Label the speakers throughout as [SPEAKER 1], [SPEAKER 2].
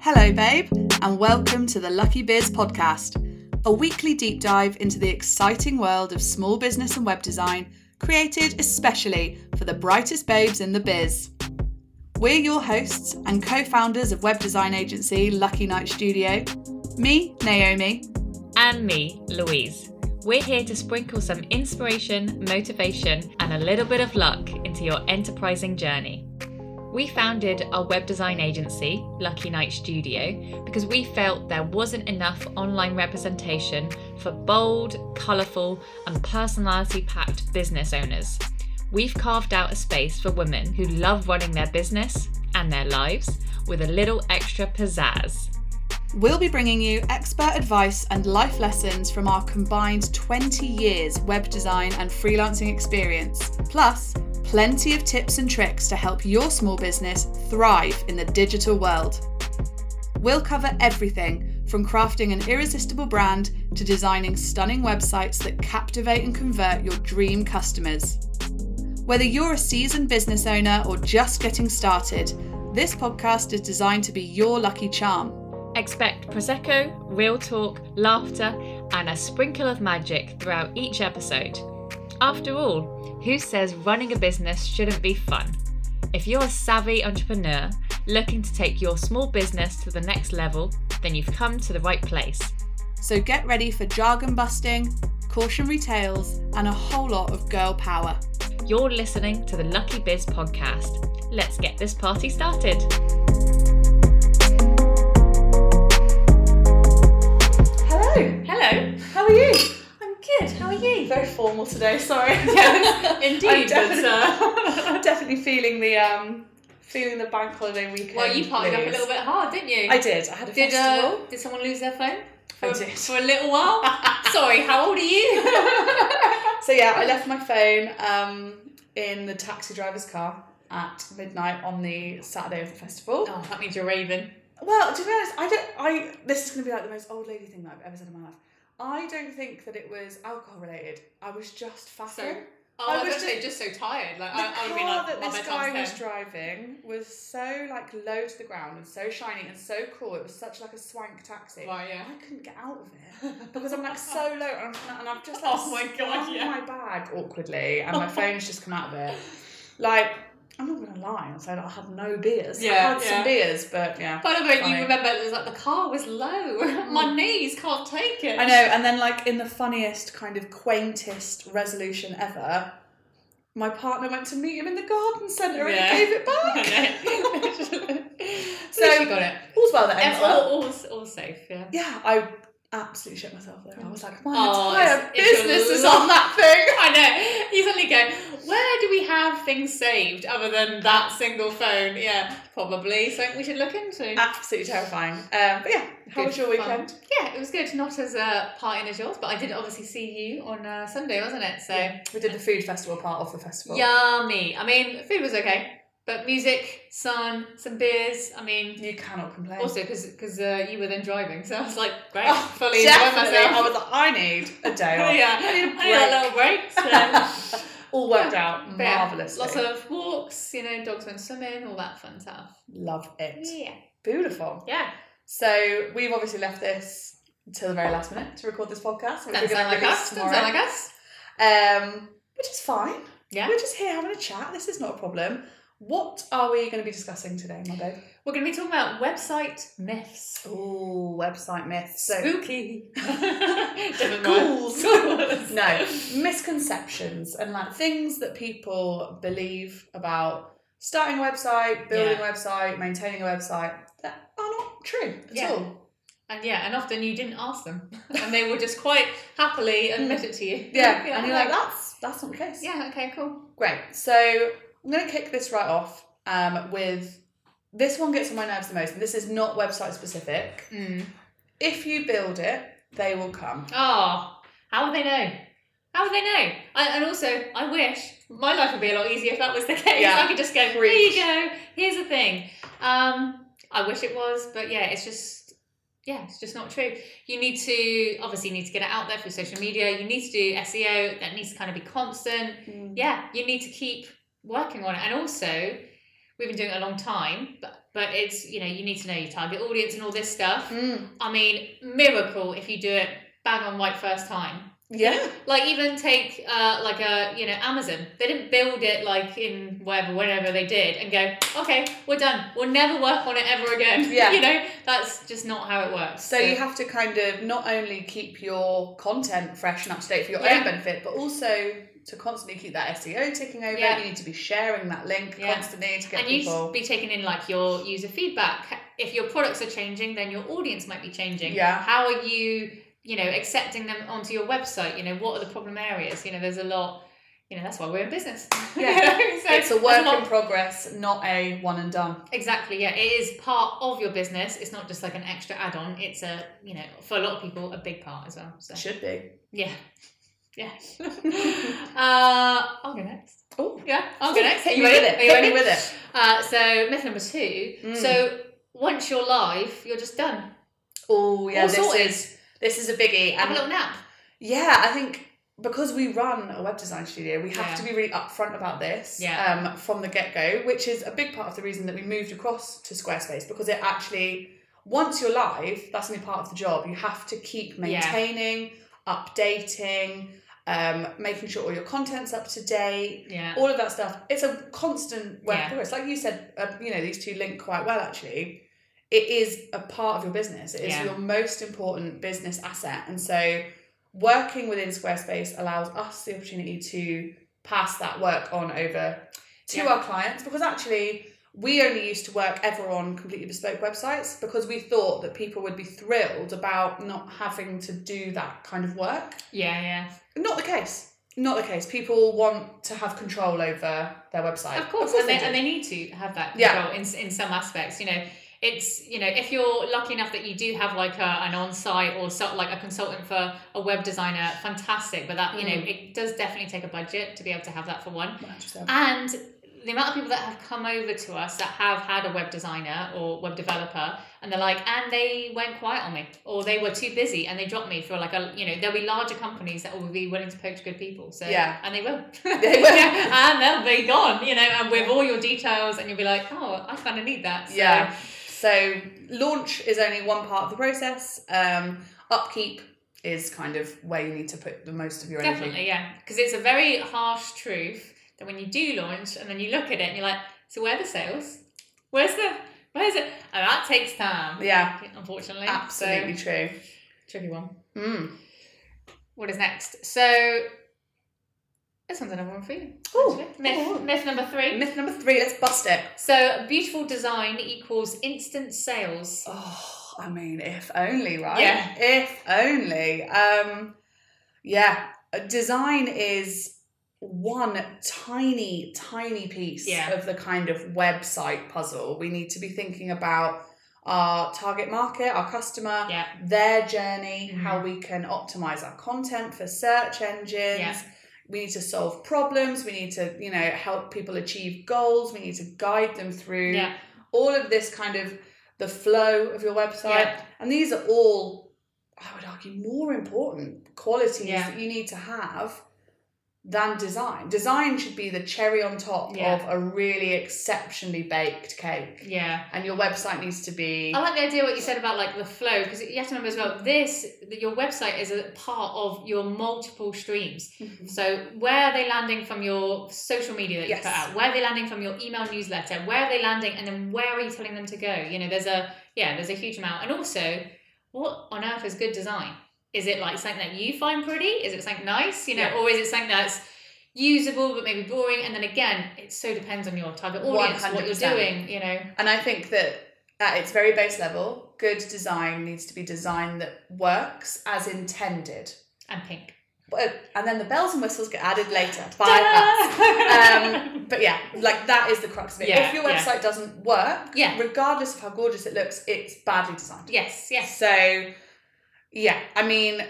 [SPEAKER 1] Hello, babe, and welcome to the Lucky Biz podcast, a weekly deep dive into the exciting world of small business and web design, created especially for the brightest babes in the biz. We're your hosts and co founders of web design agency Lucky Night Studio. Me, Naomi.
[SPEAKER 2] And me, Louise. We're here to sprinkle some inspiration, motivation, and a little bit of luck into your enterprising journey. We founded our web design agency, Lucky Night Studio, because we felt there wasn't enough online representation for bold, colourful, and personality packed business owners. We've carved out a space for women who love running their business and their lives with a little extra pizzazz.
[SPEAKER 1] We'll be bringing you expert advice and life lessons from our combined 20 years web design and freelancing experience, plus plenty of tips and tricks to help your small business thrive in the digital world. We'll cover everything from crafting an irresistible brand to designing stunning websites that captivate and convert your dream customers. Whether you're a seasoned business owner or just getting started, this podcast is designed to be your lucky charm.
[SPEAKER 2] Expect Prosecco, real talk, laughter, and a sprinkle of magic throughout each episode. After all, who says running a business shouldn't be fun? If you're a savvy entrepreneur looking to take your small business to the next level, then you've come to the right place.
[SPEAKER 1] So get ready for jargon busting, cautionary tales, and a whole lot of girl power.
[SPEAKER 2] You're listening to the Lucky Biz podcast. Let's get this party started.
[SPEAKER 1] Hello,
[SPEAKER 2] Hello.
[SPEAKER 1] how are you?
[SPEAKER 2] I'm good. How are you?
[SPEAKER 1] Very formal today, sorry.
[SPEAKER 2] Yes, indeed,
[SPEAKER 1] I'm definitely,
[SPEAKER 2] but, uh,
[SPEAKER 1] definitely feeling the um, feeling the bank holiday weekend.
[SPEAKER 2] Well, you partied up a
[SPEAKER 1] blues.
[SPEAKER 2] little bit hard, didn't you?
[SPEAKER 1] I did. I had a
[SPEAKER 2] Did uh,
[SPEAKER 1] festival.
[SPEAKER 2] did someone lose their phone? For,
[SPEAKER 1] I did.
[SPEAKER 2] for a little while. Sorry, how old are you?
[SPEAKER 1] so yeah, I left my phone um, in the taxi driver's car at midnight on the Saturday of the festival.
[SPEAKER 2] oh, that means you're raving.
[SPEAKER 1] Well, to be honest, I don't. I this is going to be like the most old lady thing that I've ever said in my life. I don't think that it was alcohol related. I was just
[SPEAKER 2] So,
[SPEAKER 1] faffing.
[SPEAKER 2] oh,
[SPEAKER 1] I
[SPEAKER 2] I, was
[SPEAKER 1] was
[SPEAKER 2] just, just so tired. Like
[SPEAKER 1] the
[SPEAKER 2] I, I
[SPEAKER 1] car
[SPEAKER 2] would be like,
[SPEAKER 1] that
[SPEAKER 2] "Well, my
[SPEAKER 1] this
[SPEAKER 2] time's
[SPEAKER 1] guy was
[SPEAKER 2] 10."
[SPEAKER 1] driving was so like low to the ground and so shiny and so cool. It was such like a swank taxi.
[SPEAKER 2] Right, yeah.
[SPEAKER 1] I couldn't get out of it because I'm like so low and, I'm, and I've just like
[SPEAKER 2] Oh my God,
[SPEAKER 1] slung
[SPEAKER 2] yeah.
[SPEAKER 1] my bag awkwardly and my phone's just come out of it. Like I'm not gonna lie and say that I had no beers. I
[SPEAKER 2] Yeah,
[SPEAKER 1] had
[SPEAKER 2] yeah.
[SPEAKER 1] some beers, but yeah.
[SPEAKER 2] By the way,
[SPEAKER 1] Funny.
[SPEAKER 2] you remember it was like the car was low. my knees can't take it.
[SPEAKER 1] Mm. I know, and then like in the funniest kind of quaintest resolution ever, my partner went to meet him in the garden centre
[SPEAKER 2] Yeah.
[SPEAKER 1] and he gave it
[SPEAKER 2] I
[SPEAKER 1] back.
[SPEAKER 2] So
[SPEAKER 1] so
[SPEAKER 2] she got it.
[SPEAKER 1] all's well that ends
[SPEAKER 2] All,
[SPEAKER 1] well.
[SPEAKER 2] all, all safe. Yeah.
[SPEAKER 1] Yeah, I absolutely shit myself there. I was like, my
[SPEAKER 2] Oh,
[SPEAKER 1] entire
[SPEAKER 2] it's- it's a
[SPEAKER 1] business is
[SPEAKER 2] lot.
[SPEAKER 1] on that thing.
[SPEAKER 2] I know. You suddenly go, where do we have things saved other than that single phone? Yeah, probably something we should look into.
[SPEAKER 1] Absolutely terrifying. Um, but yeah, how
[SPEAKER 2] Good
[SPEAKER 1] was your
[SPEAKER 2] fun.
[SPEAKER 1] weekend?
[SPEAKER 2] Yeah, it was good. Not as uh, partying as yours, but I did obviously see you on uh, Sunday, wasn't it? So
[SPEAKER 1] Yeah, we did the food festival part of the festival.
[SPEAKER 2] yummy. I mean, food was okay, but music, sun, some beers. I mean,
[SPEAKER 1] you cannot complain.
[SPEAKER 2] also because uh, you were then driving, so I was like, great,
[SPEAKER 1] Oh,
[SPEAKER 2] fully enjoying
[SPEAKER 1] Definitely, I
[SPEAKER 2] myself.
[SPEAKER 1] was like, I need a day off.
[SPEAKER 2] yeah,
[SPEAKER 1] I need a
[SPEAKER 2] I had a little break. So.
[SPEAKER 1] break. All worked out
[SPEAKER 2] But yeah,
[SPEAKER 1] marvelously.
[SPEAKER 2] Lots of walks, you know, dogs went swimming, all that fun stuff.
[SPEAKER 1] Love it.
[SPEAKER 2] Yeah.
[SPEAKER 1] Beautiful.
[SPEAKER 2] Yeah.
[SPEAKER 1] So we've obviously left this till the very last minute to record this podcast. which
[SPEAKER 2] Doesn't
[SPEAKER 1] we're
[SPEAKER 2] sound
[SPEAKER 1] gonna
[SPEAKER 2] like
[SPEAKER 1] release
[SPEAKER 2] us. Doesn't
[SPEAKER 1] tomorrow.
[SPEAKER 2] sound like us.
[SPEAKER 1] Um, which is fine.
[SPEAKER 2] Yeah.
[SPEAKER 1] We're just here having a chat. This is not a problem. What are we going to be discussing today, my babe?
[SPEAKER 2] We're going to be talking about website myths.
[SPEAKER 1] Oh, website myths.
[SPEAKER 2] Spooky. Different
[SPEAKER 1] Ghouls.
[SPEAKER 2] word.
[SPEAKER 1] no, misconceptions and like things that people believe about starting a website, building a website, maintaining a website that are not true at
[SPEAKER 2] Yeah.
[SPEAKER 1] all.
[SPEAKER 2] And yeah, and often you didn't ask them, and they will just quite happily admit it to you.
[SPEAKER 1] Yeah. and you're like, that's that's not the case.
[SPEAKER 2] yeah, okay, cool.
[SPEAKER 1] Great. So I'm going to kick this right off um, with this one gets on my nerves the most, and this is not website specific.
[SPEAKER 2] Mm.
[SPEAKER 1] If you build it, they will come.
[SPEAKER 2] Oh, how would they know? How would they know? I, and also, I wish my life would be a lot easier if that was the case.
[SPEAKER 1] Yeah.
[SPEAKER 2] I could just go, here you go, here's the thing. Um, I wish it was, but yeah, it's just, yeah, it's just not true. You need to, obviously, you need to get it out there through social media. You need to do E SEO. Mm. That needs to kind of be constant. yeah, you need to keep working on it. And also, We've been doing it a long time, but, but it's, you know, you need to know your target audience and all this stuff.
[SPEAKER 1] Mm.
[SPEAKER 2] I mean, miracle if you do it bang on right first time.
[SPEAKER 1] Yeah.
[SPEAKER 2] Like even take uh, like a you know Amazon. They didn't build it like in wherever whenever they did and go okay we're done. We'll never work on it ever again.
[SPEAKER 1] Yeah.
[SPEAKER 2] you know that's just not how it works.
[SPEAKER 1] So you have to kind of not only keep your content fresh and up to date for your
[SPEAKER 2] Yeah.
[SPEAKER 1] own benefit, but also to constantly keep that SEO ticking over.
[SPEAKER 2] Yeah.
[SPEAKER 1] You need to be sharing that link
[SPEAKER 2] Yeah.
[SPEAKER 1] constantly to get
[SPEAKER 2] and you
[SPEAKER 1] people.
[SPEAKER 2] should be taking in like your user feedback. If your products are changing, then your audience might be changing.
[SPEAKER 1] Yeah.
[SPEAKER 2] How are you, you know, accepting them onto your website? You know, what are the problem areas? You know, there's a lot. You know, that's why we're in business.
[SPEAKER 1] Yeah.
[SPEAKER 2] You know, so
[SPEAKER 1] it's a
[SPEAKER 2] there's
[SPEAKER 1] work
[SPEAKER 2] lot-
[SPEAKER 1] in progress, not a one and done.
[SPEAKER 2] Exactly, yeah. It is part of your business. It's not just like an extra add on. It's a, you know, for a lot of people, a big part as well. So,
[SPEAKER 1] Should be.
[SPEAKER 2] yeah. Yeah. uh, I'll go next.
[SPEAKER 1] Oh,
[SPEAKER 2] Yeah, I'll go next.
[SPEAKER 1] Hit
[SPEAKER 2] You
[SPEAKER 1] me with
[SPEAKER 2] ready?
[SPEAKER 1] it.
[SPEAKER 2] Are you
[SPEAKER 1] Hit me
[SPEAKER 2] ready?
[SPEAKER 1] with it.
[SPEAKER 2] Uh, so, myth number two.
[SPEAKER 1] Mm.
[SPEAKER 2] So, once you're live, you're just done.
[SPEAKER 1] Oh yeah,
[SPEAKER 2] All
[SPEAKER 1] this
[SPEAKER 2] sorted.
[SPEAKER 1] is this is a biggie.
[SPEAKER 2] Have a
[SPEAKER 1] and-
[SPEAKER 2] little nap.
[SPEAKER 1] Yeah, I think because we run a web design studio, we have
[SPEAKER 2] Yeah.
[SPEAKER 1] to be really upfront about this
[SPEAKER 2] Yeah.
[SPEAKER 1] um, from the get go, which is a big part of the reason that we moved across to Squarespace because it actually, once you're live, that's only part of the job. You have to keep
[SPEAKER 2] Yeah.
[SPEAKER 1] maintaining, updating, um, making sure all your content's up to date.
[SPEAKER 2] Yeah.
[SPEAKER 1] All of that stuff. It's a constant work
[SPEAKER 2] Yeah.
[SPEAKER 1] in progress. Like you said, uh, you know, these two link quite well actually. It is a part of your business. It is
[SPEAKER 2] Yeah.
[SPEAKER 1] your most important business asset. And so working within Squarespace allows us the opportunity to pass that work on over to
[SPEAKER 2] Yeah.
[SPEAKER 1] our clients because actually we only used to work ever on completely bespoke websites because we thought that people would be thrilled about not having to do that kind of work.
[SPEAKER 2] Yeah, yeah.
[SPEAKER 1] Not the case. Not the case. People want to have control over their website.
[SPEAKER 2] Of course, and, they, and they need to have that
[SPEAKER 1] Yeah.
[SPEAKER 2] control in, in some aspects. You know, it's you know if you're lucky enough that you do have like a, an on-site or so, like a consultant for a web designer, fantastic. But that you know
[SPEAKER 1] Mm.
[SPEAKER 2] it does definitely take a budget to be able to have that for one.
[SPEAKER 1] do. 100%.
[SPEAKER 2] And the amount of people that have come over to us that have had a web designer or web developer, and they're like, and they went quiet on me, or they were too busy and they dropped me for like a, you know, there'll be larger companies that will be willing to poach good people. So
[SPEAKER 1] Yeah.
[SPEAKER 2] and they will,
[SPEAKER 1] They will.
[SPEAKER 2] yeah, and they'll be gone, you know, and with all your details, and you'll be like, oh, I kind of need that. So,
[SPEAKER 1] Yeah. So launch is only one part of the process. Um, upkeep is kind of where you need to put the most of your energy.
[SPEAKER 2] Definitely, yeah, because it's a very harsh truth that when you do launch and then you look at it and you're like, so where are the sales? Where's the Where's it? And that takes time.
[SPEAKER 1] Yeah,
[SPEAKER 2] unfortunately.
[SPEAKER 1] absolutely true.
[SPEAKER 2] So, tricky one.
[SPEAKER 1] Mm.
[SPEAKER 2] What is next? So, this one's another one for you.
[SPEAKER 1] Ooh.
[SPEAKER 2] actually. Myth,
[SPEAKER 1] Ooh.
[SPEAKER 2] myth number three.
[SPEAKER 1] Myth number three. Let's bust it.
[SPEAKER 2] So, beautiful design equals instant sales.
[SPEAKER 1] Oh, I mean, if only, right?
[SPEAKER 2] Yeah.
[SPEAKER 1] If only. Um, yeah. uh, Design is one tiny, tiny piece
[SPEAKER 2] Yeah.
[SPEAKER 1] of the kind of website puzzle. We need to be thinking about our target market, our customer,
[SPEAKER 2] Yeah.
[SPEAKER 1] their journey,
[SPEAKER 2] Mhm.
[SPEAKER 1] how we can optimize our content for search engines.
[SPEAKER 2] Yeah.
[SPEAKER 1] We need to solve problems. We need to, you know, help people achieve goals. We need to guide them through
[SPEAKER 2] Yeah.
[SPEAKER 1] all of this kind of the flow of your website.
[SPEAKER 2] Yeah.
[SPEAKER 1] And these are all, I would argue, more important qualities
[SPEAKER 2] Yeah.
[SPEAKER 1] that you need to have than design. Design should be the cherry on top
[SPEAKER 2] Yeah.
[SPEAKER 1] of a really exceptionally baked cake.
[SPEAKER 2] Yeah.
[SPEAKER 1] And your website needs to be.
[SPEAKER 2] I like the idea what you said about like the flow because you have to remember as well this that your website is a part of your multiple streams.
[SPEAKER 1] Mhm.
[SPEAKER 2] So where are they landing from your social media that you
[SPEAKER 1] Yes.
[SPEAKER 2] put out? Where are they landing from your email newsletter? Where are they landing? And then where are you telling them to go? You know, there's a yeah, there's a huge amount. And also, what on earth is good design? Is it like something that you find pretty? Is it something nice? You know,
[SPEAKER 1] Yeah.
[SPEAKER 2] or is it something that's usable but maybe boring? And then again, it so depends on your target audience, what you're
[SPEAKER 1] 100%.
[SPEAKER 2] doing. You know,
[SPEAKER 1] And I think that at its very base level, good design needs to be design that works as intended.
[SPEAKER 2] and pink.
[SPEAKER 1] But- And then the bells and whistles get added later by us.
[SPEAKER 2] Ta-da!
[SPEAKER 1] um, but yeah, like that is the crux of it.
[SPEAKER 2] Yeah,
[SPEAKER 1] if your
[SPEAKER 2] yeah.
[SPEAKER 1] website doesn't work,
[SPEAKER 2] Yeah.
[SPEAKER 1] regardless of how gorgeous it looks, it's badly designed.
[SPEAKER 2] yes, yes,
[SPEAKER 1] So, yeah, I mean,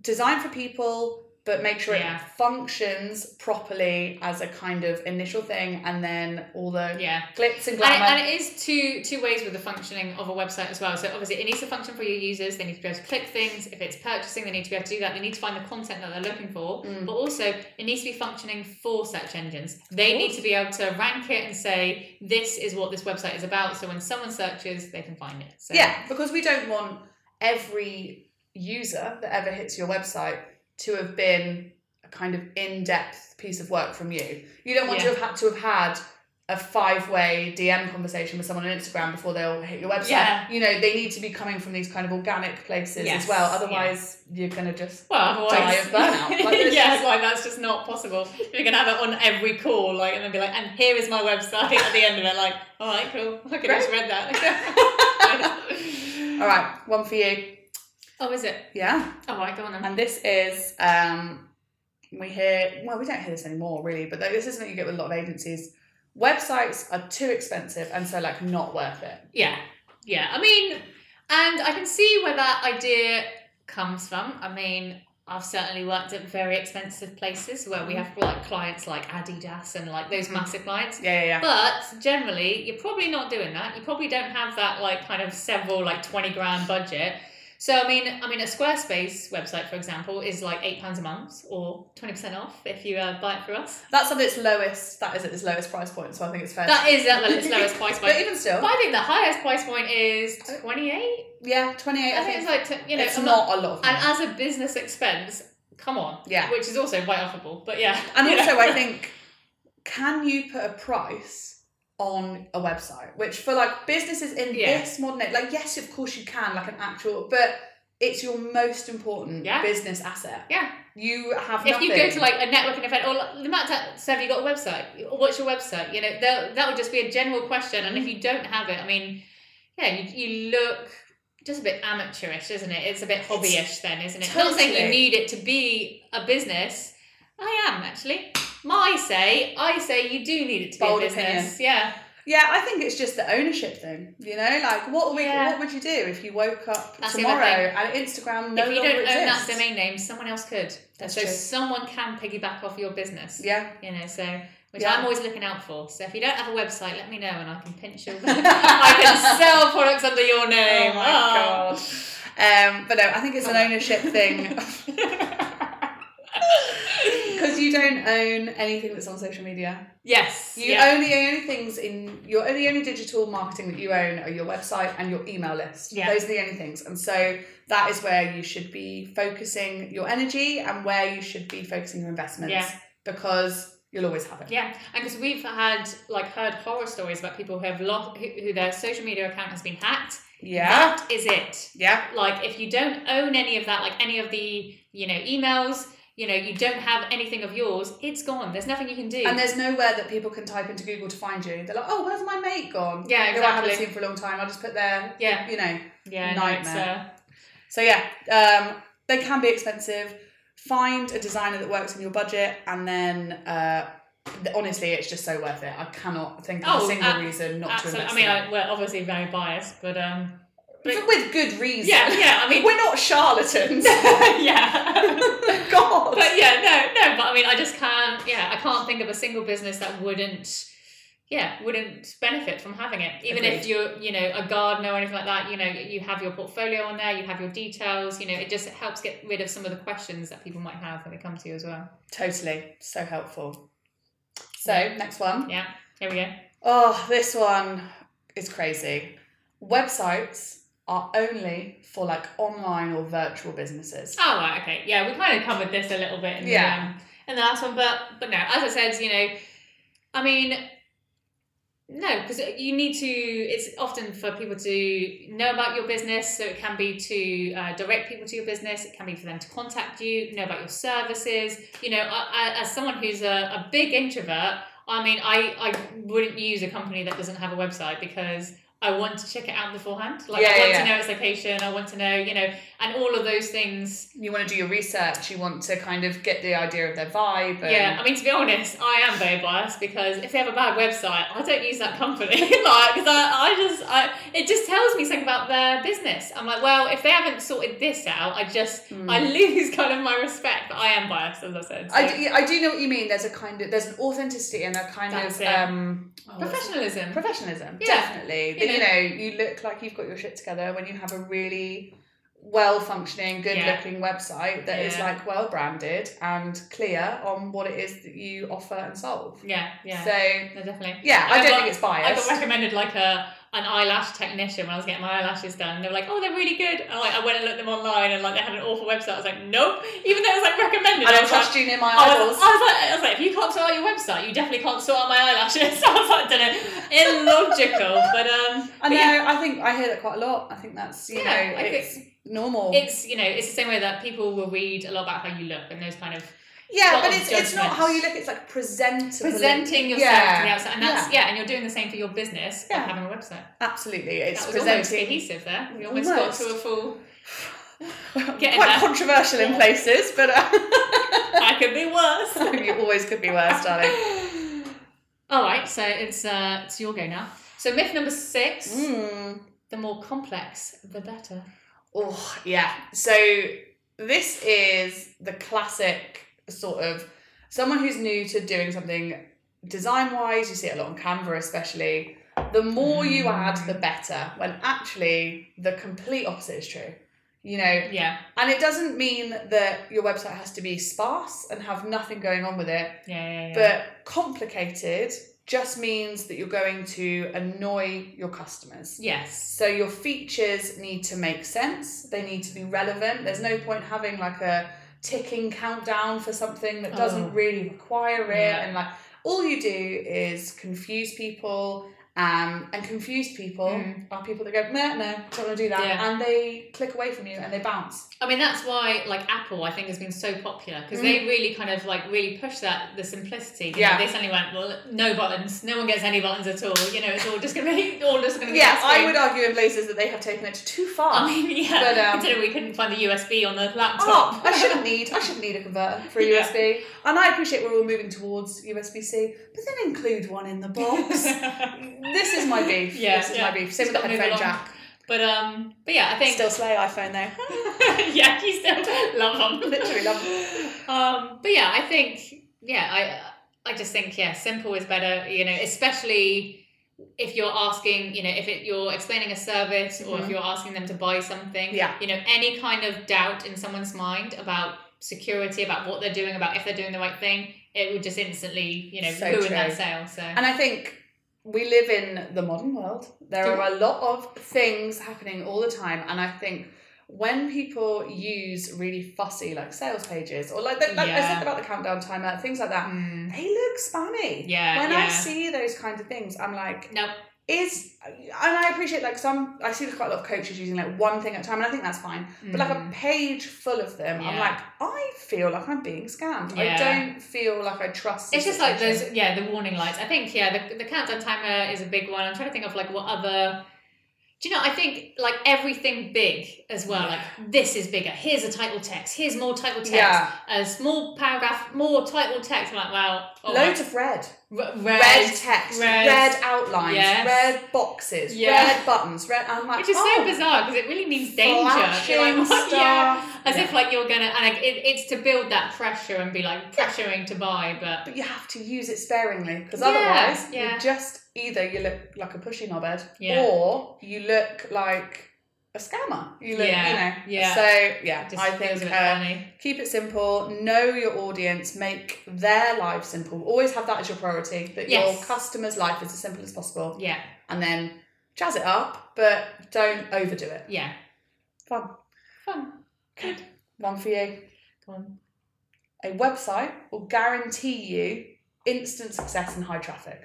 [SPEAKER 1] design for people, but make sure
[SPEAKER 2] Yeah.
[SPEAKER 1] it functions properly as a kind of initial thing and then all the
[SPEAKER 2] Yeah.
[SPEAKER 1] glitz and
[SPEAKER 2] And,
[SPEAKER 1] glamour.
[SPEAKER 2] it- and it is two two ways with the functioning of a website as well. So obviously, it needs to function for your users. They need to be able to click things. If it's purchasing, they need to be able to do that. They need to find the content that they're looking for.
[SPEAKER 1] Mm.
[SPEAKER 2] But also, it needs to be functioning for search engines. They
[SPEAKER 1] Of
[SPEAKER 2] need to be able to rank it and say this is what this website is about. So when someone searches, they can find it. So
[SPEAKER 1] Yeah, because we don't want every user that ever hits your website to have been a kind of in-depth piece of work from you. You don't want
[SPEAKER 2] Yeah.
[SPEAKER 1] to have had to have had a five-way DM conversation with someone on Instagram before they'll hit your website.
[SPEAKER 2] Yeah.
[SPEAKER 1] You know, they need to be coming from these kind of organic places
[SPEAKER 2] Yes,
[SPEAKER 1] as well. Otherwise, you're gonna just
[SPEAKER 2] Well,
[SPEAKER 1] Die
[SPEAKER 2] otherwise,
[SPEAKER 1] of burnout. Like, it's
[SPEAKER 2] yeah,
[SPEAKER 1] just-
[SPEAKER 2] like that's just not possible. You're gonna have it on every call, like, and then be like, "And here is my website." At the end of it, like, "All right, cool. I could have just read that."
[SPEAKER 1] All right, one for you.
[SPEAKER 2] Oh, is it?
[SPEAKER 1] Yeah.
[SPEAKER 2] All right, go on then.
[SPEAKER 1] And this is um, we hear well, we don't hear this anymore really, but this is something you get with a lot of agencies. Websites are too expensive and so like not worth it.
[SPEAKER 2] Yeah, yeah. I mean, and I can see where that idea comes from. I mean, I've certainly worked at very expensive places where we have like clients like Adidas and like those
[SPEAKER 1] Mhm.
[SPEAKER 2] massive clients.
[SPEAKER 1] Yeah, yeah, yeah.
[SPEAKER 2] But generally, you're probably not doing that. You probably don't have that like kind of several like twenty grand budget. So I mean, I mean, a Squarespace website, for example, is like eight pounds a month or twenty percent off if you uh, buy it through us.
[SPEAKER 1] That's at its lowest. That is at its lowest price point, so I think it's fair.
[SPEAKER 2] That is at its lowest price
[SPEAKER 1] but
[SPEAKER 2] point.
[SPEAKER 1] even
[SPEAKER 2] But
[SPEAKER 1] still,
[SPEAKER 2] I think the highest price point is twenty eight.
[SPEAKER 1] yeah, twenty eight.
[SPEAKER 2] I think it's like t- you know,
[SPEAKER 1] it's
[SPEAKER 2] a
[SPEAKER 1] not
[SPEAKER 2] month.
[SPEAKER 1] a lot. Of money.
[SPEAKER 2] And as a business expense, come on,
[SPEAKER 1] Yeah.
[SPEAKER 2] which is also quite offerable. But yeah,
[SPEAKER 1] And
[SPEAKER 2] You know.
[SPEAKER 1] also, I think, can you put a price on a website? Which for like businesses in
[SPEAKER 2] Yeah.
[SPEAKER 1] this modern age, like yes, of course you can, like an actual, but it's your most important
[SPEAKER 2] Yeah.
[SPEAKER 1] business asset.
[SPEAKER 2] Yeah.
[SPEAKER 1] You have
[SPEAKER 2] if
[SPEAKER 1] nothing.
[SPEAKER 2] you go to like a networking event or like, the amount of times have you got a website or what's your website you know that that would just be a general question and if you don't have it i mean yeah you, you look just a bit amateurish isn't it it's a bit hobbyish then isn't it not saying you
[SPEAKER 1] Totally.
[SPEAKER 2] need it to be a business i am actually my say i say you do need it to be
[SPEAKER 1] Bold
[SPEAKER 2] a business
[SPEAKER 1] opinion.
[SPEAKER 2] yeah
[SPEAKER 1] Yeah, I think it's just the ownership thing. You know, like what we,
[SPEAKER 2] Yeah.
[SPEAKER 1] what would you do if you woke up
[SPEAKER 2] That's the other
[SPEAKER 1] tomorrow
[SPEAKER 2] thing.
[SPEAKER 1] and Instagram no
[SPEAKER 2] if you
[SPEAKER 1] longer
[SPEAKER 2] don't own that
[SPEAKER 1] exists?
[SPEAKER 2] domain name someone else could
[SPEAKER 1] That's
[SPEAKER 2] so
[SPEAKER 1] true.
[SPEAKER 2] someone can piggyback off your business
[SPEAKER 1] Yeah.
[SPEAKER 2] you know so which
[SPEAKER 1] Yeah.
[SPEAKER 2] i'm always looking out for so if you don't have a website let me know and i can pinch your i can sell products under your name Ah.
[SPEAKER 1] Oh my god. Um, but no, I think it's an ownership thing because you don't own anything that's on social media.
[SPEAKER 2] yes
[SPEAKER 1] You
[SPEAKER 2] yeah.
[SPEAKER 1] only own things in your the only digital marketing that you own are your website and your email list.
[SPEAKER 2] Yeah.
[SPEAKER 1] Those are the only things. And so that is where you should be focusing your energy and where you should be focusing your investments
[SPEAKER 2] Yeah.
[SPEAKER 1] because you'll always have it.
[SPEAKER 2] yeah, and because we've had like heard horror stories about people who have lost, who, who their social media account has been hacked.
[SPEAKER 1] Yeah.
[SPEAKER 2] That is it.
[SPEAKER 1] Yeah.
[SPEAKER 2] Like if you don't own any of that, like any of the you know emails, you know you don't have anything of yours, it's gone. There's nothing you can do.
[SPEAKER 1] And there's nowhere that people can type into Google to find you. They're like, oh, where's my mate gone?
[SPEAKER 2] Yeah,
[SPEAKER 1] Who I haven't
[SPEAKER 2] exactly.
[SPEAKER 1] seen for a long time. I'll just put their,
[SPEAKER 2] yeah,
[SPEAKER 1] you know.
[SPEAKER 2] yeah, no, it's, uh,
[SPEAKER 1] Nightmare. So yeah, um, they can be expensive. Find a designer that works in your budget, and then uh, th- honestly, it's just so worth it. I cannot think of
[SPEAKER 2] Oh,
[SPEAKER 1] a single
[SPEAKER 2] ab-
[SPEAKER 1] reason
[SPEAKER 2] uh,
[SPEAKER 1] not
[SPEAKER 2] absolutely.
[SPEAKER 1] to invest.
[SPEAKER 2] I mean,
[SPEAKER 1] in it.
[SPEAKER 2] I, we're obviously very biased, but um, but-
[SPEAKER 1] But with good reason.
[SPEAKER 2] yeah, yeah. I mean,
[SPEAKER 1] we're not charlatans.
[SPEAKER 2] yeah.
[SPEAKER 1] God.
[SPEAKER 2] but yeah, no, no. But I mean, I just can't. Yeah, I can't think of a single business that wouldn't. Yeah, wouldn't benefit from having it. Even if
[SPEAKER 1] Agreed.
[SPEAKER 2] you're, you know, a gardener or anything like that. You know, you have your portfolio on there. You have your details. You know, it just helps get rid of some of the questions that people might have when they come to you as well.
[SPEAKER 1] totally, so helpful. So
[SPEAKER 2] Yeah.
[SPEAKER 1] next one.
[SPEAKER 2] Yeah. Here we go.
[SPEAKER 1] Oh, this one is crazy. Websites are only for like online or virtual businesses.
[SPEAKER 2] Oh, right, okay. Yeah, we kind of covered this a little bit in,
[SPEAKER 1] Yeah.
[SPEAKER 2] the, um, in the last one, but but no, as I said, you know, I mean, no, because you need to, it's often for people to know about your business, so it can be to uh, direct people to your business, it can be for them to contact you, know about your services. You know, I, I, as someone who's a, a big introvert, I mean, I, I wouldn't use a company that doesn't have a website because I want to check it out beforehand. Like
[SPEAKER 1] Yeah,
[SPEAKER 2] I want
[SPEAKER 1] yeah,
[SPEAKER 2] to know its location. I want to know, you know, and all of those things.
[SPEAKER 1] You want to do your research. You want to kind of get the idea of their vibe. And
[SPEAKER 2] Yeah, I mean to be honest, I am very biased because if they have a bad website, I don't use that company. like, 'cause I, I just, I, it just tells me something about their business. I'm like, well, if they haven't sorted this out, I just,
[SPEAKER 1] Mm.
[SPEAKER 2] I lose kind of my respect. But I am biased, as I said. So-
[SPEAKER 1] I do, I do know what you mean. There's a kind of there's an authenticity and a kind
[SPEAKER 2] That's
[SPEAKER 1] of
[SPEAKER 2] it.
[SPEAKER 1] um,
[SPEAKER 2] oh, professionalism.
[SPEAKER 1] professionalism.
[SPEAKER 2] Yeah.
[SPEAKER 1] Definitely,
[SPEAKER 2] You
[SPEAKER 1] That, you know, you look like you've got your shit together when you have a really well functioning, good looking website that is
[SPEAKER 2] Yeah.
[SPEAKER 1] like well branded and clear on what it is that you offer and solve.
[SPEAKER 2] yeah, yeah,
[SPEAKER 1] So
[SPEAKER 2] no, definitely.
[SPEAKER 1] yeah, I,
[SPEAKER 2] I
[SPEAKER 1] don't
[SPEAKER 2] got-
[SPEAKER 1] think it's
[SPEAKER 2] I got
[SPEAKER 1] biased.
[SPEAKER 2] recommended like a an eyelash technician when I was getting my eyelashes done. And they were like, "Oh, they're really good." And like, I went and looked them online, and like they had an awful website. I was like, "Nope," even though it was like recommended.
[SPEAKER 1] I
[SPEAKER 2] I
[SPEAKER 1] don't
[SPEAKER 2] was like,
[SPEAKER 1] trust you near my
[SPEAKER 2] I
[SPEAKER 1] eyeballs.
[SPEAKER 2] was, I was like, I was like, if you can't sort out your website, you definitely can't sort out my eyelashes. I was like, I don't know, illogical, but um,
[SPEAKER 1] I
[SPEAKER 2] but
[SPEAKER 1] know.
[SPEAKER 2] yeah,
[SPEAKER 1] I think I hear that quite a lot. I think that's you
[SPEAKER 2] Yeah,
[SPEAKER 1] know
[SPEAKER 2] I think-
[SPEAKER 1] it's normal.
[SPEAKER 2] it's you know, it's the same way that people will read a lot about how you look and those kind of
[SPEAKER 1] yeah,
[SPEAKER 2] lot
[SPEAKER 1] but
[SPEAKER 2] of
[SPEAKER 1] it's it's not
[SPEAKER 2] judgments.
[SPEAKER 1] how you look. It's like presentable.
[SPEAKER 2] presenting yourself to the
[SPEAKER 1] Yeah,
[SPEAKER 2] outside, and that's yeah. and you're doing the same for your business
[SPEAKER 1] Yeah.
[SPEAKER 2] by having a website.
[SPEAKER 1] absolutely. It's
[SPEAKER 2] that was almost
[SPEAKER 1] presenting.
[SPEAKER 2] cohesive there. We almost
[SPEAKER 1] Almost.
[SPEAKER 2] got to a full. Getting
[SPEAKER 1] quite
[SPEAKER 2] there.
[SPEAKER 1] controversial in places, but uh,
[SPEAKER 2] I could be worse.
[SPEAKER 1] you always could be worse, darling.
[SPEAKER 2] All right, so it's uh, it's your go now. So myth number six:
[SPEAKER 1] Mm.
[SPEAKER 2] the more complex, the better.
[SPEAKER 1] Oh yeah. So this is the classic sort of someone who's new to doing something design wise. You see it a lot on Canva, especially. The more you add, the better. When actually, the complete opposite is true. You know,
[SPEAKER 2] Yeah,
[SPEAKER 1] and it doesn't mean that your website has to be sparse and have nothing going on with it.
[SPEAKER 2] yeah, yeah. yeah.
[SPEAKER 1] But complicated just means that you're going to annoy your customers.
[SPEAKER 2] yes,
[SPEAKER 1] So your features need to make sense, they need to be relevant. There's no point having like a ticking countdown for something that doesn't
[SPEAKER 2] Oh.
[SPEAKER 1] really require it.
[SPEAKER 2] Yeah.
[SPEAKER 1] And like all you do is confuse people. Um, and confused people
[SPEAKER 2] Mm.
[SPEAKER 1] are people that go, no, no, don't want to do that.
[SPEAKER 2] Yeah.
[SPEAKER 1] And they click away from you and they bounce.
[SPEAKER 2] I mean that's why like Apple I think has been so popular because they really kind of like really push that the simplicity. You
[SPEAKER 1] Mm. Yeah.
[SPEAKER 2] know, they suddenly went well no buttons, no one gets any buttons at all. You know it's all just gonna be all just gonna be.
[SPEAKER 1] Yeah,
[SPEAKER 2] touch
[SPEAKER 1] I
[SPEAKER 2] screen.
[SPEAKER 1] would argue in places that they have taken it too far.
[SPEAKER 2] I mean yeah,
[SPEAKER 1] But, um,
[SPEAKER 2] considering we couldn't find the USB on the
[SPEAKER 1] Oh,
[SPEAKER 2] laptop.
[SPEAKER 1] I shouldn't need I shouldn't need a converter for a
[SPEAKER 2] Yeah.
[SPEAKER 1] USB. And I appreciate we're all moving towards USB C, but then include one in the box. this is my beef.
[SPEAKER 2] Yeah,
[SPEAKER 1] this is
[SPEAKER 2] yeah.
[SPEAKER 1] my beef. Same with the
[SPEAKER 2] Just gotta move
[SPEAKER 1] headphone
[SPEAKER 2] along.
[SPEAKER 1] jack.
[SPEAKER 2] But um, but yeah, I think
[SPEAKER 1] Still slay iPhone though.
[SPEAKER 2] yeah, you still love them.
[SPEAKER 1] Literally love them.
[SPEAKER 2] Um, but yeah, I think yeah, I I just think yeah, simple is better. You know, especially if you're asking, you know, if it, you're explaining a service or if
[SPEAKER 1] Mhm.
[SPEAKER 2] you're asking them to buy something.
[SPEAKER 1] Yeah.
[SPEAKER 2] You know, any kind of doubt in someone's mind about security, about what they're doing, about if they're doing the right thing, it would just instantly, you know,
[SPEAKER 1] So
[SPEAKER 2] ruin
[SPEAKER 1] true.
[SPEAKER 2] that sale. So.
[SPEAKER 1] And I think we live in the modern world. There
[SPEAKER 2] Do
[SPEAKER 1] are a lot of things happening all the time, and I think when people use really fussy like sales pages or like, like I
[SPEAKER 2] Yeah.
[SPEAKER 1] said about the countdown timer, things like that,
[SPEAKER 2] Mm.
[SPEAKER 1] they look spammy.
[SPEAKER 2] yeah.
[SPEAKER 1] when
[SPEAKER 2] yeah.
[SPEAKER 1] I see those kinds of things, I'm like,
[SPEAKER 2] no.
[SPEAKER 1] is and I appreciate like some I see there's quite a lot of coaches using like one thing at a time, and I think that's fine. But like a
[SPEAKER 2] Mm.
[SPEAKER 1] page full of them, I'm
[SPEAKER 2] Yeah.
[SPEAKER 1] like, I feel like I'm being scammed. I
[SPEAKER 2] Yeah.
[SPEAKER 1] don't feel like I trust. this
[SPEAKER 2] It's just like
[SPEAKER 1] person.
[SPEAKER 2] those, yeah, the warning lights. I think, yeah, the, the countdown timer is a big one. I'm trying to think of like what other. Do you know? I think like everything big as well. Like this is bigger. Here's a title text. Here's more title text.
[SPEAKER 1] Yeah,
[SPEAKER 2] A small paragraph. More title text. I'm like, wow. Oh,
[SPEAKER 1] loads of red,
[SPEAKER 2] my- r-
[SPEAKER 1] red,
[SPEAKER 2] red.
[SPEAKER 1] text,
[SPEAKER 2] red.
[SPEAKER 1] red, outlines,
[SPEAKER 2] Yes.
[SPEAKER 1] red boxes,
[SPEAKER 2] Yeah.
[SPEAKER 1] red buttons, red. I'm like,
[SPEAKER 2] Which is
[SPEAKER 1] oh,
[SPEAKER 2] so bizarre because it really means danger. You're like,
[SPEAKER 1] flashing
[SPEAKER 2] what?
[SPEAKER 1] stuff.
[SPEAKER 2] Yeah. As
[SPEAKER 1] Yeah.
[SPEAKER 2] if like you're gonna, and like, it, it's to build that pressure and be like pressuring to buy, but
[SPEAKER 1] but you have to use it sparingly because
[SPEAKER 2] Yeah,
[SPEAKER 1] otherwise
[SPEAKER 2] yeah.
[SPEAKER 1] you just either you look like a pushy knobhead
[SPEAKER 2] Yeah.
[SPEAKER 1] or you look like a scammer. You look,
[SPEAKER 2] Yeah,
[SPEAKER 1] you know.
[SPEAKER 2] yeah.
[SPEAKER 1] So yeah,
[SPEAKER 2] it just
[SPEAKER 1] I
[SPEAKER 2] feels
[SPEAKER 1] think
[SPEAKER 2] a bit
[SPEAKER 1] uh,
[SPEAKER 2] funny.
[SPEAKER 1] keep it simple. Know your audience. Make their life simple. Always have that as your priority. That
[SPEAKER 2] Yes.
[SPEAKER 1] your customer's life is as simple as possible,
[SPEAKER 2] Yeah,
[SPEAKER 1] and then jazz it up, but don't overdo it.
[SPEAKER 2] yeah,
[SPEAKER 1] Fun,
[SPEAKER 2] fun, good.
[SPEAKER 1] one for you.
[SPEAKER 2] Go on.
[SPEAKER 1] A website will guarantee you instant success and high traffic.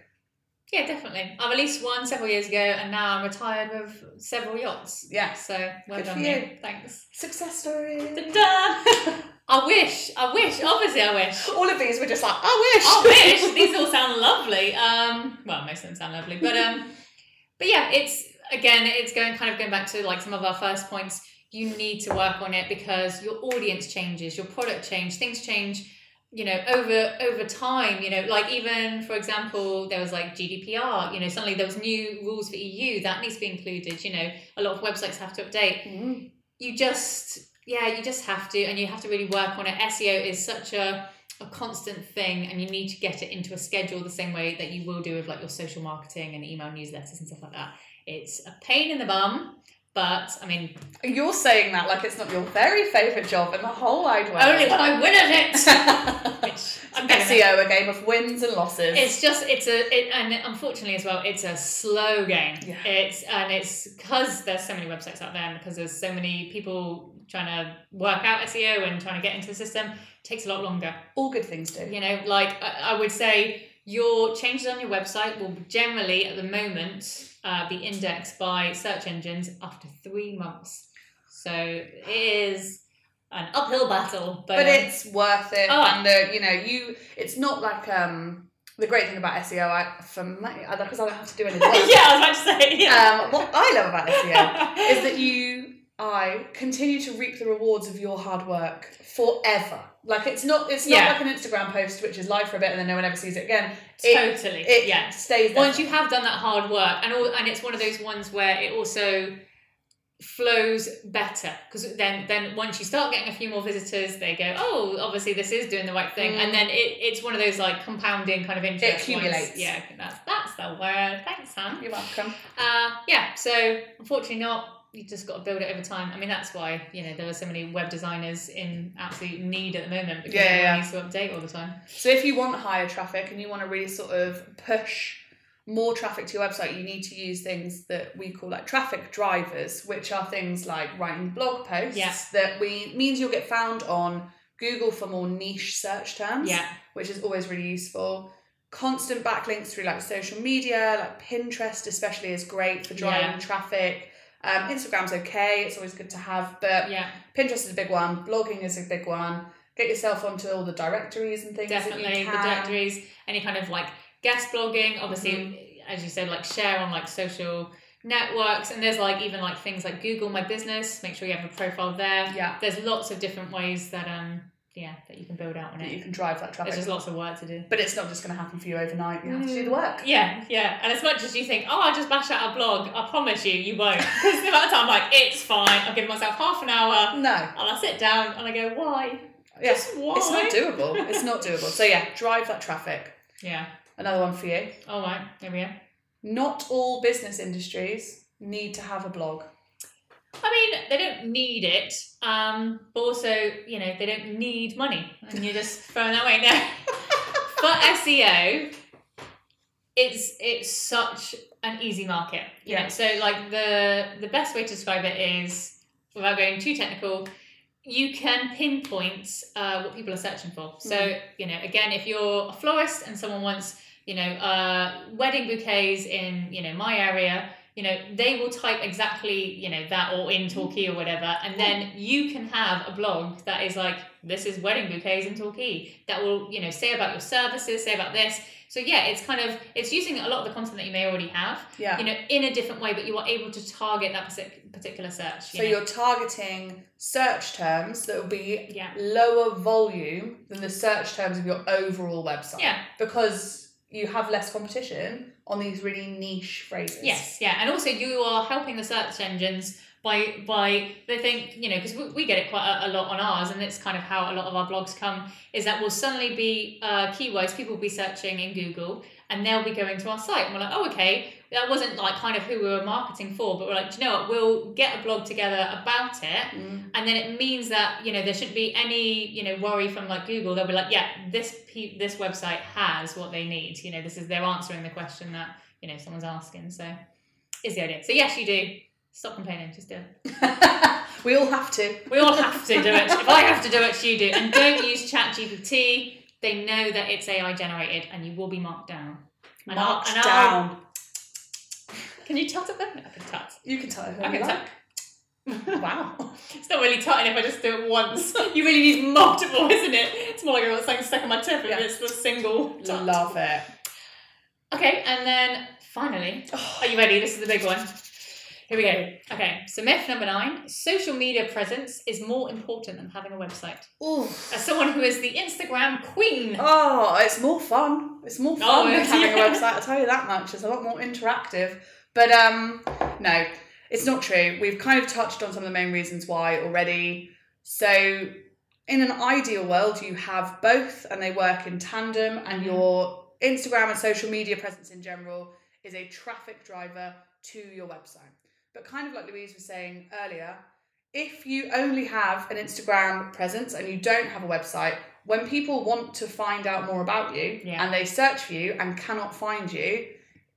[SPEAKER 2] Yeah, definitely. I released one several years ago, and now I'm retired with several yachts.
[SPEAKER 1] Yeah.
[SPEAKER 2] So well
[SPEAKER 1] Good
[SPEAKER 2] done,
[SPEAKER 1] for
[SPEAKER 2] you.
[SPEAKER 1] you.
[SPEAKER 2] Thanks.
[SPEAKER 1] Success story.
[SPEAKER 2] Dun-dun. I wish. I wish. Obviously, I wish.
[SPEAKER 1] All of these were just like, I wish.
[SPEAKER 2] Oh, I wish. These all sound lovely. Um, well, most of them sound lovely, but um, but yeah, it's again, it's going kind of going back to like some of our first points. You need to work on it because your audience changes, your product change, things change. You know, over over time, you know, like even for example, there was like GDPR. You know, suddenly there was new rules for EU that needs to be included. You know, a lot of websites have to update.
[SPEAKER 1] Mm.
[SPEAKER 2] You just yeah, you just have to, and you have to really work on it. SEO is such a a constant thing and you need to get it into a schedule the same way that you will do with like your social marketing and email newsletters and stuff like that. It's a pain in the bum, but I mean,
[SPEAKER 1] You're saying that like it's not your very favourite job in the whole wide world.
[SPEAKER 2] only when I win at it. Which I'm gonna-
[SPEAKER 1] SEO, a game of wins and losses.
[SPEAKER 2] It's just it's a it, and unfortunately as well it's a slow game.
[SPEAKER 1] Yeah.
[SPEAKER 2] It's and it's because there's so many websites out there and because there's so many people trying to work out SEO and trying to get into the system it takes a lot longer.
[SPEAKER 1] all good things do.
[SPEAKER 2] You know, like I, I would say, your changes on your website will generally, at the moment, uh, be indexed by search engines after three months. So it is an uphill battle, but,
[SPEAKER 1] but
[SPEAKER 2] um,
[SPEAKER 1] it's worth it
[SPEAKER 2] Oh.
[SPEAKER 1] and the you know you it's not like um the great thing about seo I, for me because i don't have to do any work
[SPEAKER 2] yeah, I was about to say yeah.
[SPEAKER 1] um, what i love about seo is that you i continue to reap the rewards of your hard work forever like it's not it's not
[SPEAKER 2] Yeah.
[SPEAKER 1] like an instagram post which is live for a bit and then no one ever sees it again it-
[SPEAKER 2] totally
[SPEAKER 1] it
[SPEAKER 2] yeah.
[SPEAKER 1] stays there
[SPEAKER 2] Once you have done that hard work, and all, and it's one of those ones where it also flows better because then then once you start getting a few more visitors they go oh obviously this is doing the right thing
[SPEAKER 1] Mm.
[SPEAKER 2] and then it, it's one of those like compounding kind of interest ones.
[SPEAKER 1] accumulates.
[SPEAKER 2] yeah that's that's the word thanks Sam
[SPEAKER 1] you're welcome
[SPEAKER 2] uh yeah so unfortunately not you just got to build it over time I mean that's why you know there are so many web designers in absolute need at the moment because
[SPEAKER 1] Yeah, yeah, yeah.
[SPEAKER 2] everyone needs to update all the time
[SPEAKER 1] So if you want higher traffic and you want to really sort of push more traffic to your website, you need to use things that we call like traffic drivers, which are things like writing blog posts
[SPEAKER 2] Yeah.
[SPEAKER 1] that we means you'll get found on Google for more niche search terms,
[SPEAKER 2] yeah
[SPEAKER 1] which is always really useful. Constant backlinks through like social media, like Pinterest especially is great for driving
[SPEAKER 2] Yeah.
[SPEAKER 1] traffic. Um, Instagram's okay, it's always good to have, but
[SPEAKER 2] yeah
[SPEAKER 1] Pinterest is a big one. Blogging is a big one. Get yourself onto all the directories and things that
[SPEAKER 2] definitely
[SPEAKER 1] you
[SPEAKER 2] the
[SPEAKER 1] can.
[SPEAKER 2] directories any kind of like guest blogging obviously
[SPEAKER 1] Mm-hmm.
[SPEAKER 2] as you said like share on like social networks and there's like even like things like google my business make sure you have a profile there
[SPEAKER 1] Yeah,
[SPEAKER 2] there's lots of different ways that um yeah that you can build out on
[SPEAKER 1] that you
[SPEAKER 2] it
[SPEAKER 1] can drive that
[SPEAKER 2] there's
[SPEAKER 1] traffic.
[SPEAKER 2] just lots of work to do
[SPEAKER 1] but it's not just going to happen for you overnight. You have to do
[SPEAKER 2] Mm.
[SPEAKER 1] the work.
[SPEAKER 2] yeah yeah and as much as you think oh i'll just bash out a blog i promise you you won't because the amount of time I'm like it's fine i'll give myself half an hour
[SPEAKER 1] No,
[SPEAKER 2] and i sit down and i go why
[SPEAKER 1] Yeah.
[SPEAKER 2] just why
[SPEAKER 1] it's not doable. It's not doable. So yeah, drive that traffic.
[SPEAKER 2] yeah
[SPEAKER 1] Another one for you.
[SPEAKER 2] all right there we go
[SPEAKER 1] Not all business industries need to have a blog.
[SPEAKER 2] I mean, they don't need it, um, but also, you know, they don't need money. And you're just throwing that away now. For SEO, it's it's such an easy market. you know.
[SPEAKER 1] Yeah.
[SPEAKER 2] So like the the best way to describe it is without going too technical, you can pinpoint uh, what people are searching for. So
[SPEAKER 1] Mhm.
[SPEAKER 2] you know, again, if you're a florist and someone wants you know uh, wedding bouquets in you know my area. You know, they will type exactly, you know, that or in Torquay or whatever, and then you can have a blog that is like, this is wedding bouquets in Torquay. That will, you know, say about your services, say about this. So yeah, it's kind of it's using a lot of the content that you may already have,
[SPEAKER 1] Yeah.
[SPEAKER 2] you know, in a different way, but you are able to target that partic- particular search.
[SPEAKER 1] so
[SPEAKER 2] You know?
[SPEAKER 1] you're targeting search terms that will be
[SPEAKER 2] yeah,
[SPEAKER 1] lower volume than the search terms of your overall website.
[SPEAKER 2] yeah,
[SPEAKER 1] Because you have less competition on these really niche phrases.
[SPEAKER 2] yes, yeah, and also you are helping the search engines by by they think you know because we, we get it quite a, a lot on ours, and it's kind of how a lot of our blogs come is that we'll suddenly be uh, keywords people will be searching in Google, and they'll be going to our site, and we're like, oh, okay, that wasn't like kind of who we were marketing for, but we're like, Do you know what, we'll get a blog together about it.
[SPEAKER 1] Mm.
[SPEAKER 2] and then it means that you know there shouldn't be any you know worry from like Google. They'll be like, yeah, this pe- this website has what they need. You know, this is they're answering the question that you know someone's asking. So is the idea. So yes, you do. Stop complaining. Just do it.
[SPEAKER 1] we all have to.
[SPEAKER 2] We all have to do it. If I have to do it, you do. And don't use ChatGPT. They know that it's AI generated, and you will be marked down. And I'll-
[SPEAKER 1] Marked
[SPEAKER 2] and I'll-
[SPEAKER 1] down.
[SPEAKER 2] Can you tut at them? I can tut.
[SPEAKER 1] You can tell who
[SPEAKER 2] I
[SPEAKER 1] you
[SPEAKER 2] can
[SPEAKER 1] like.
[SPEAKER 2] tut.
[SPEAKER 1] Wow.
[SPEAKER 2] It's not really tutting if I just do it once. You really need multiple, isn't it? It's more like I've got something stuck in my tip if
[SPEAKER 1] Yeah.
[SPEAKER 2] it's the single. tut.
[SPEAKER 1] Love it.
[SPEAKER 2] Okay, and then finally,
[SPEAKER 1] Oh,
[SPEAKER 2] are you ready? This is the big one. Here we go. Okay, so myth number nine social media presence is more important than having a website.
[SPEAKER 1] Ooh.
[SPEAKER 2] As someone who is the Instagram queen,
[SPEAKER 1] Oh, it's more fun. It's more fun
[SPEAKER 2] Oh,
[SPEAKER 1] than having
[SPEAKER 2] yeah.
[SPEAKER 1] a website, I'll tell you that much. It's a lot more interactive. But um no, it's not true. We've kind of touched on some of the main reasons why already. So in an ideal world, you have both and they work in tandem and
[SPEAKER 2] Mhm.
[SPEAKER 1] your Instagram and social media presence in general is a traffic driver to your website. But kind of like Louise was saying earlier, if you only have an Instagram presence and you don't have a website, when people want to find out more about you
[SPEAKER 2] Yeah.
[SPEAKER 1] and they search for you and cannot find you,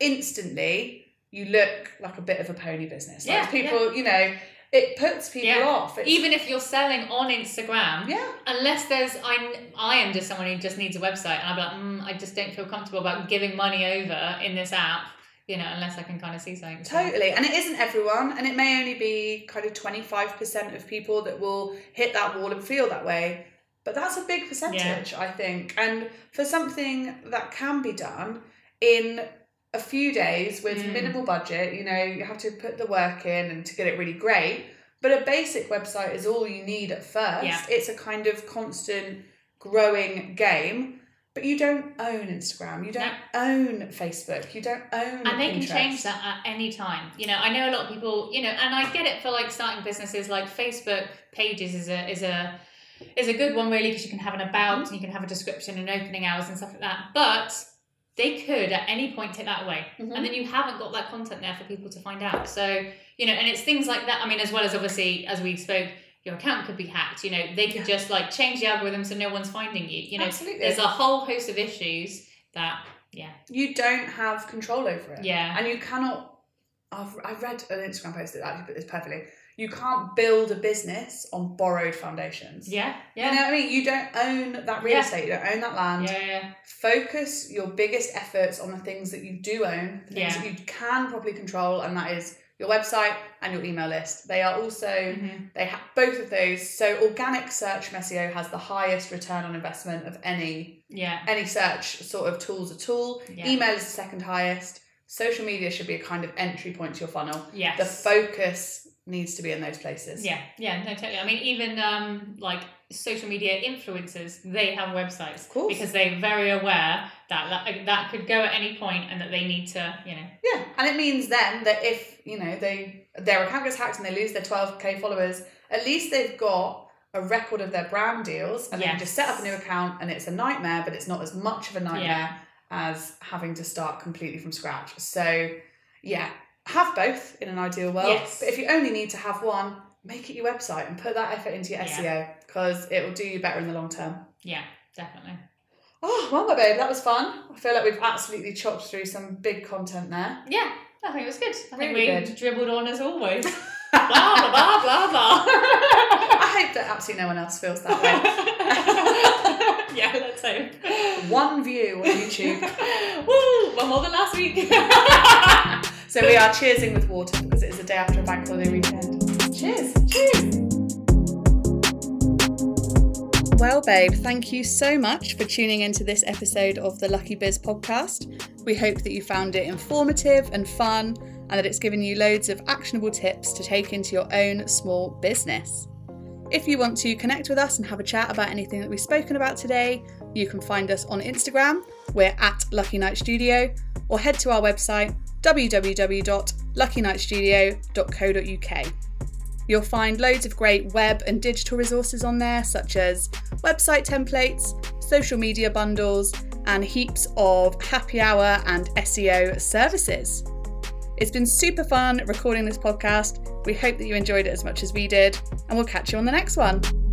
[SPEAKER 1] instantly you look like a bit of a pony business. Like
[SPEAKER 2] Yeah,
[SPEAKER 1] people, you know, it puts people
[SPEAKER 2] Yeah.
[SPEAKER 1] off. It's-
[SPEAKER 2] even if you're selling on Instagram,
[SPEAKER 1] yeah,
[SPEAKER 2] unless there's I I am just someone who just needs a website, and I'm like, mm, I just don't feel comfortable about giving money over in this app, you know, unless I can kind of see something. So-
[SPEAKER 1] totally. And it isn't everyone, and it may only be kind of twenty five percent of people that will hit that wall and feel that way. But that's a big percentage, I think. And for something that can be done in a few days with
[SPEAKER 2] Mm.
[SPEAKER 1] minimal budget, you know, you have to put the work in and to get it really great. But a basic website is all you need at first.
[SPEAKER 2] Yeah.
[SPEAKER 1] It's a kind of constant growing game. But you don't own Instagram, you don't own Facebook, you don't own
[SPEAKER 2] and they can
[SPEAKER 1] Pinterest.
[SPEAKER 2] change that at any time you know i know a lot of people you know and i get it for like starting businesses like facebook pages is a is a is a good one really because you can have an about
[SPEAKER 1] Mm-hmm.
[SPEAKER 2] and you can have a description and opening hours and stuff like that but they could at any point take that away
[SPEAKER 1] Mhm.
[SPEAKER 2] and then you haven't got that content there for people to find out so you know and it's things like that i mean as well as obviously as we spoke your account could be hacked you know they could just like change the algorithm so no one's finding you you know
[SPEAKER 1] Absolutely.
[SPEAKER 2] there's a whole host of issues that
[SPEAKER 1] you don't have control over it.
[SPEAKER 2] yeah
[SPEAKER 1] And you cannot. I've, I read an Instagram post that actually put this perfectly. You can't build a business on borrowed foundations.
[SPEAKER 2] yeah
[SPEAKER 1] You know
[SPEAKER 2] yeah
[SPEAKER 1] what I mean? You don't own that real
[SPEAKER 2] Yeah.
[SPEAKER 1] estate, you don't own that land.
[SPEAKER 2] yeah, yeah.
[SPEAKER 1] Focus your biggest efforts on the things that you do own, the things
[SPEAKER 2] Yeah.
[SPEAKER 1] that you can properly control, and that is your website and your email list. They are also,
[SPEAKER 2] Mhm.
[SPEAKER 1] they have both of those. So organic search from SEO has the highest return on investment of any
[SPEAKER 2] Yeah.
[SPEAKER 1] any search sort of tools at all.
[SPEAKER 2] Yeah.
[SPEAKER 1] Email is the second highest. Social media should be a kind of entry point to your funnel.
[SPEAKER 2] Yes.
[SPEAKER 1] The focus needs to be in those places.
[SPEAKER 2] Yeah. Yeah. No, totally. I mean, even um, like social media influencers, they have websites
[SPEAKER 1] Of course.
[SPEAKER 2] because they're very aware that that, that could go at any point and that they need to, you know.
[SPEAKER 1] Yeah. And it means then that if, you know, they their account gets hacked and they lose their 12k followers, at least they've got a record of their brand deals and they can just set up a new
[SPEAKER 2] Yes.
[SPEAKER 1] account and it's a nightmare, but it's not as much of a nightmare
[SPEAKER 2] Yeah.
[SPEAKER 1] as having to start completely from scratch. So yeah, have both in an ideal world.
[SPEAKER 2] Yes.
[SPEAKER 1] But if you only need to have one, make it your website and put that effort into your
[SPEAKER 2] Yeah.
[SPEAKER 1] SEO because it will do you better in the long term.
[SPEAKER 2] Yeah. Definitely.
[SPEAKER 1] Oh well, my babe, that was fun. I feel like we've absolutely chopped through some big content there.
[SPEAKER 2] Yeah. I think it was good. I think
[SPEAKER 1] Really
[SPEAKER 2] we
[SPEAKER 1] good.
[SPEAKER 2] dribbled on as always. blah blah blah blah blah.
[SPEAKER 1] I hope that absolutely no one else feels that way.
[SPEAKER 2] yeah, let's hope.
[SPEAKER 1] One view on YouTube.
[SPEAKER 2] Woo! One more than last week.
[SPEAKER 1] So we are cheersing with water because it is the day after a bank holiday weekend. Cheers. Cheers. Well, babe, thank you so much for tuning into this episode of the Lucky Biz podcast. We hope that you found it informative and fun and that it's given you loads of actionable tips to take into your own small business. If you want to connect with us and have a chat about anything that we've spoken about today, you can find us on Instagram. We're at Lucky Night Studio, or head to our website www.luckynightstudio.co.uk. You'll find loads of great web and digital resources on there, such as website templates, social media bundles, and heaps of happy hour and SEO services. It's been super fun recording this podcast. We hope that you enjoyed it as much as we did, and we'll catch you on the next one.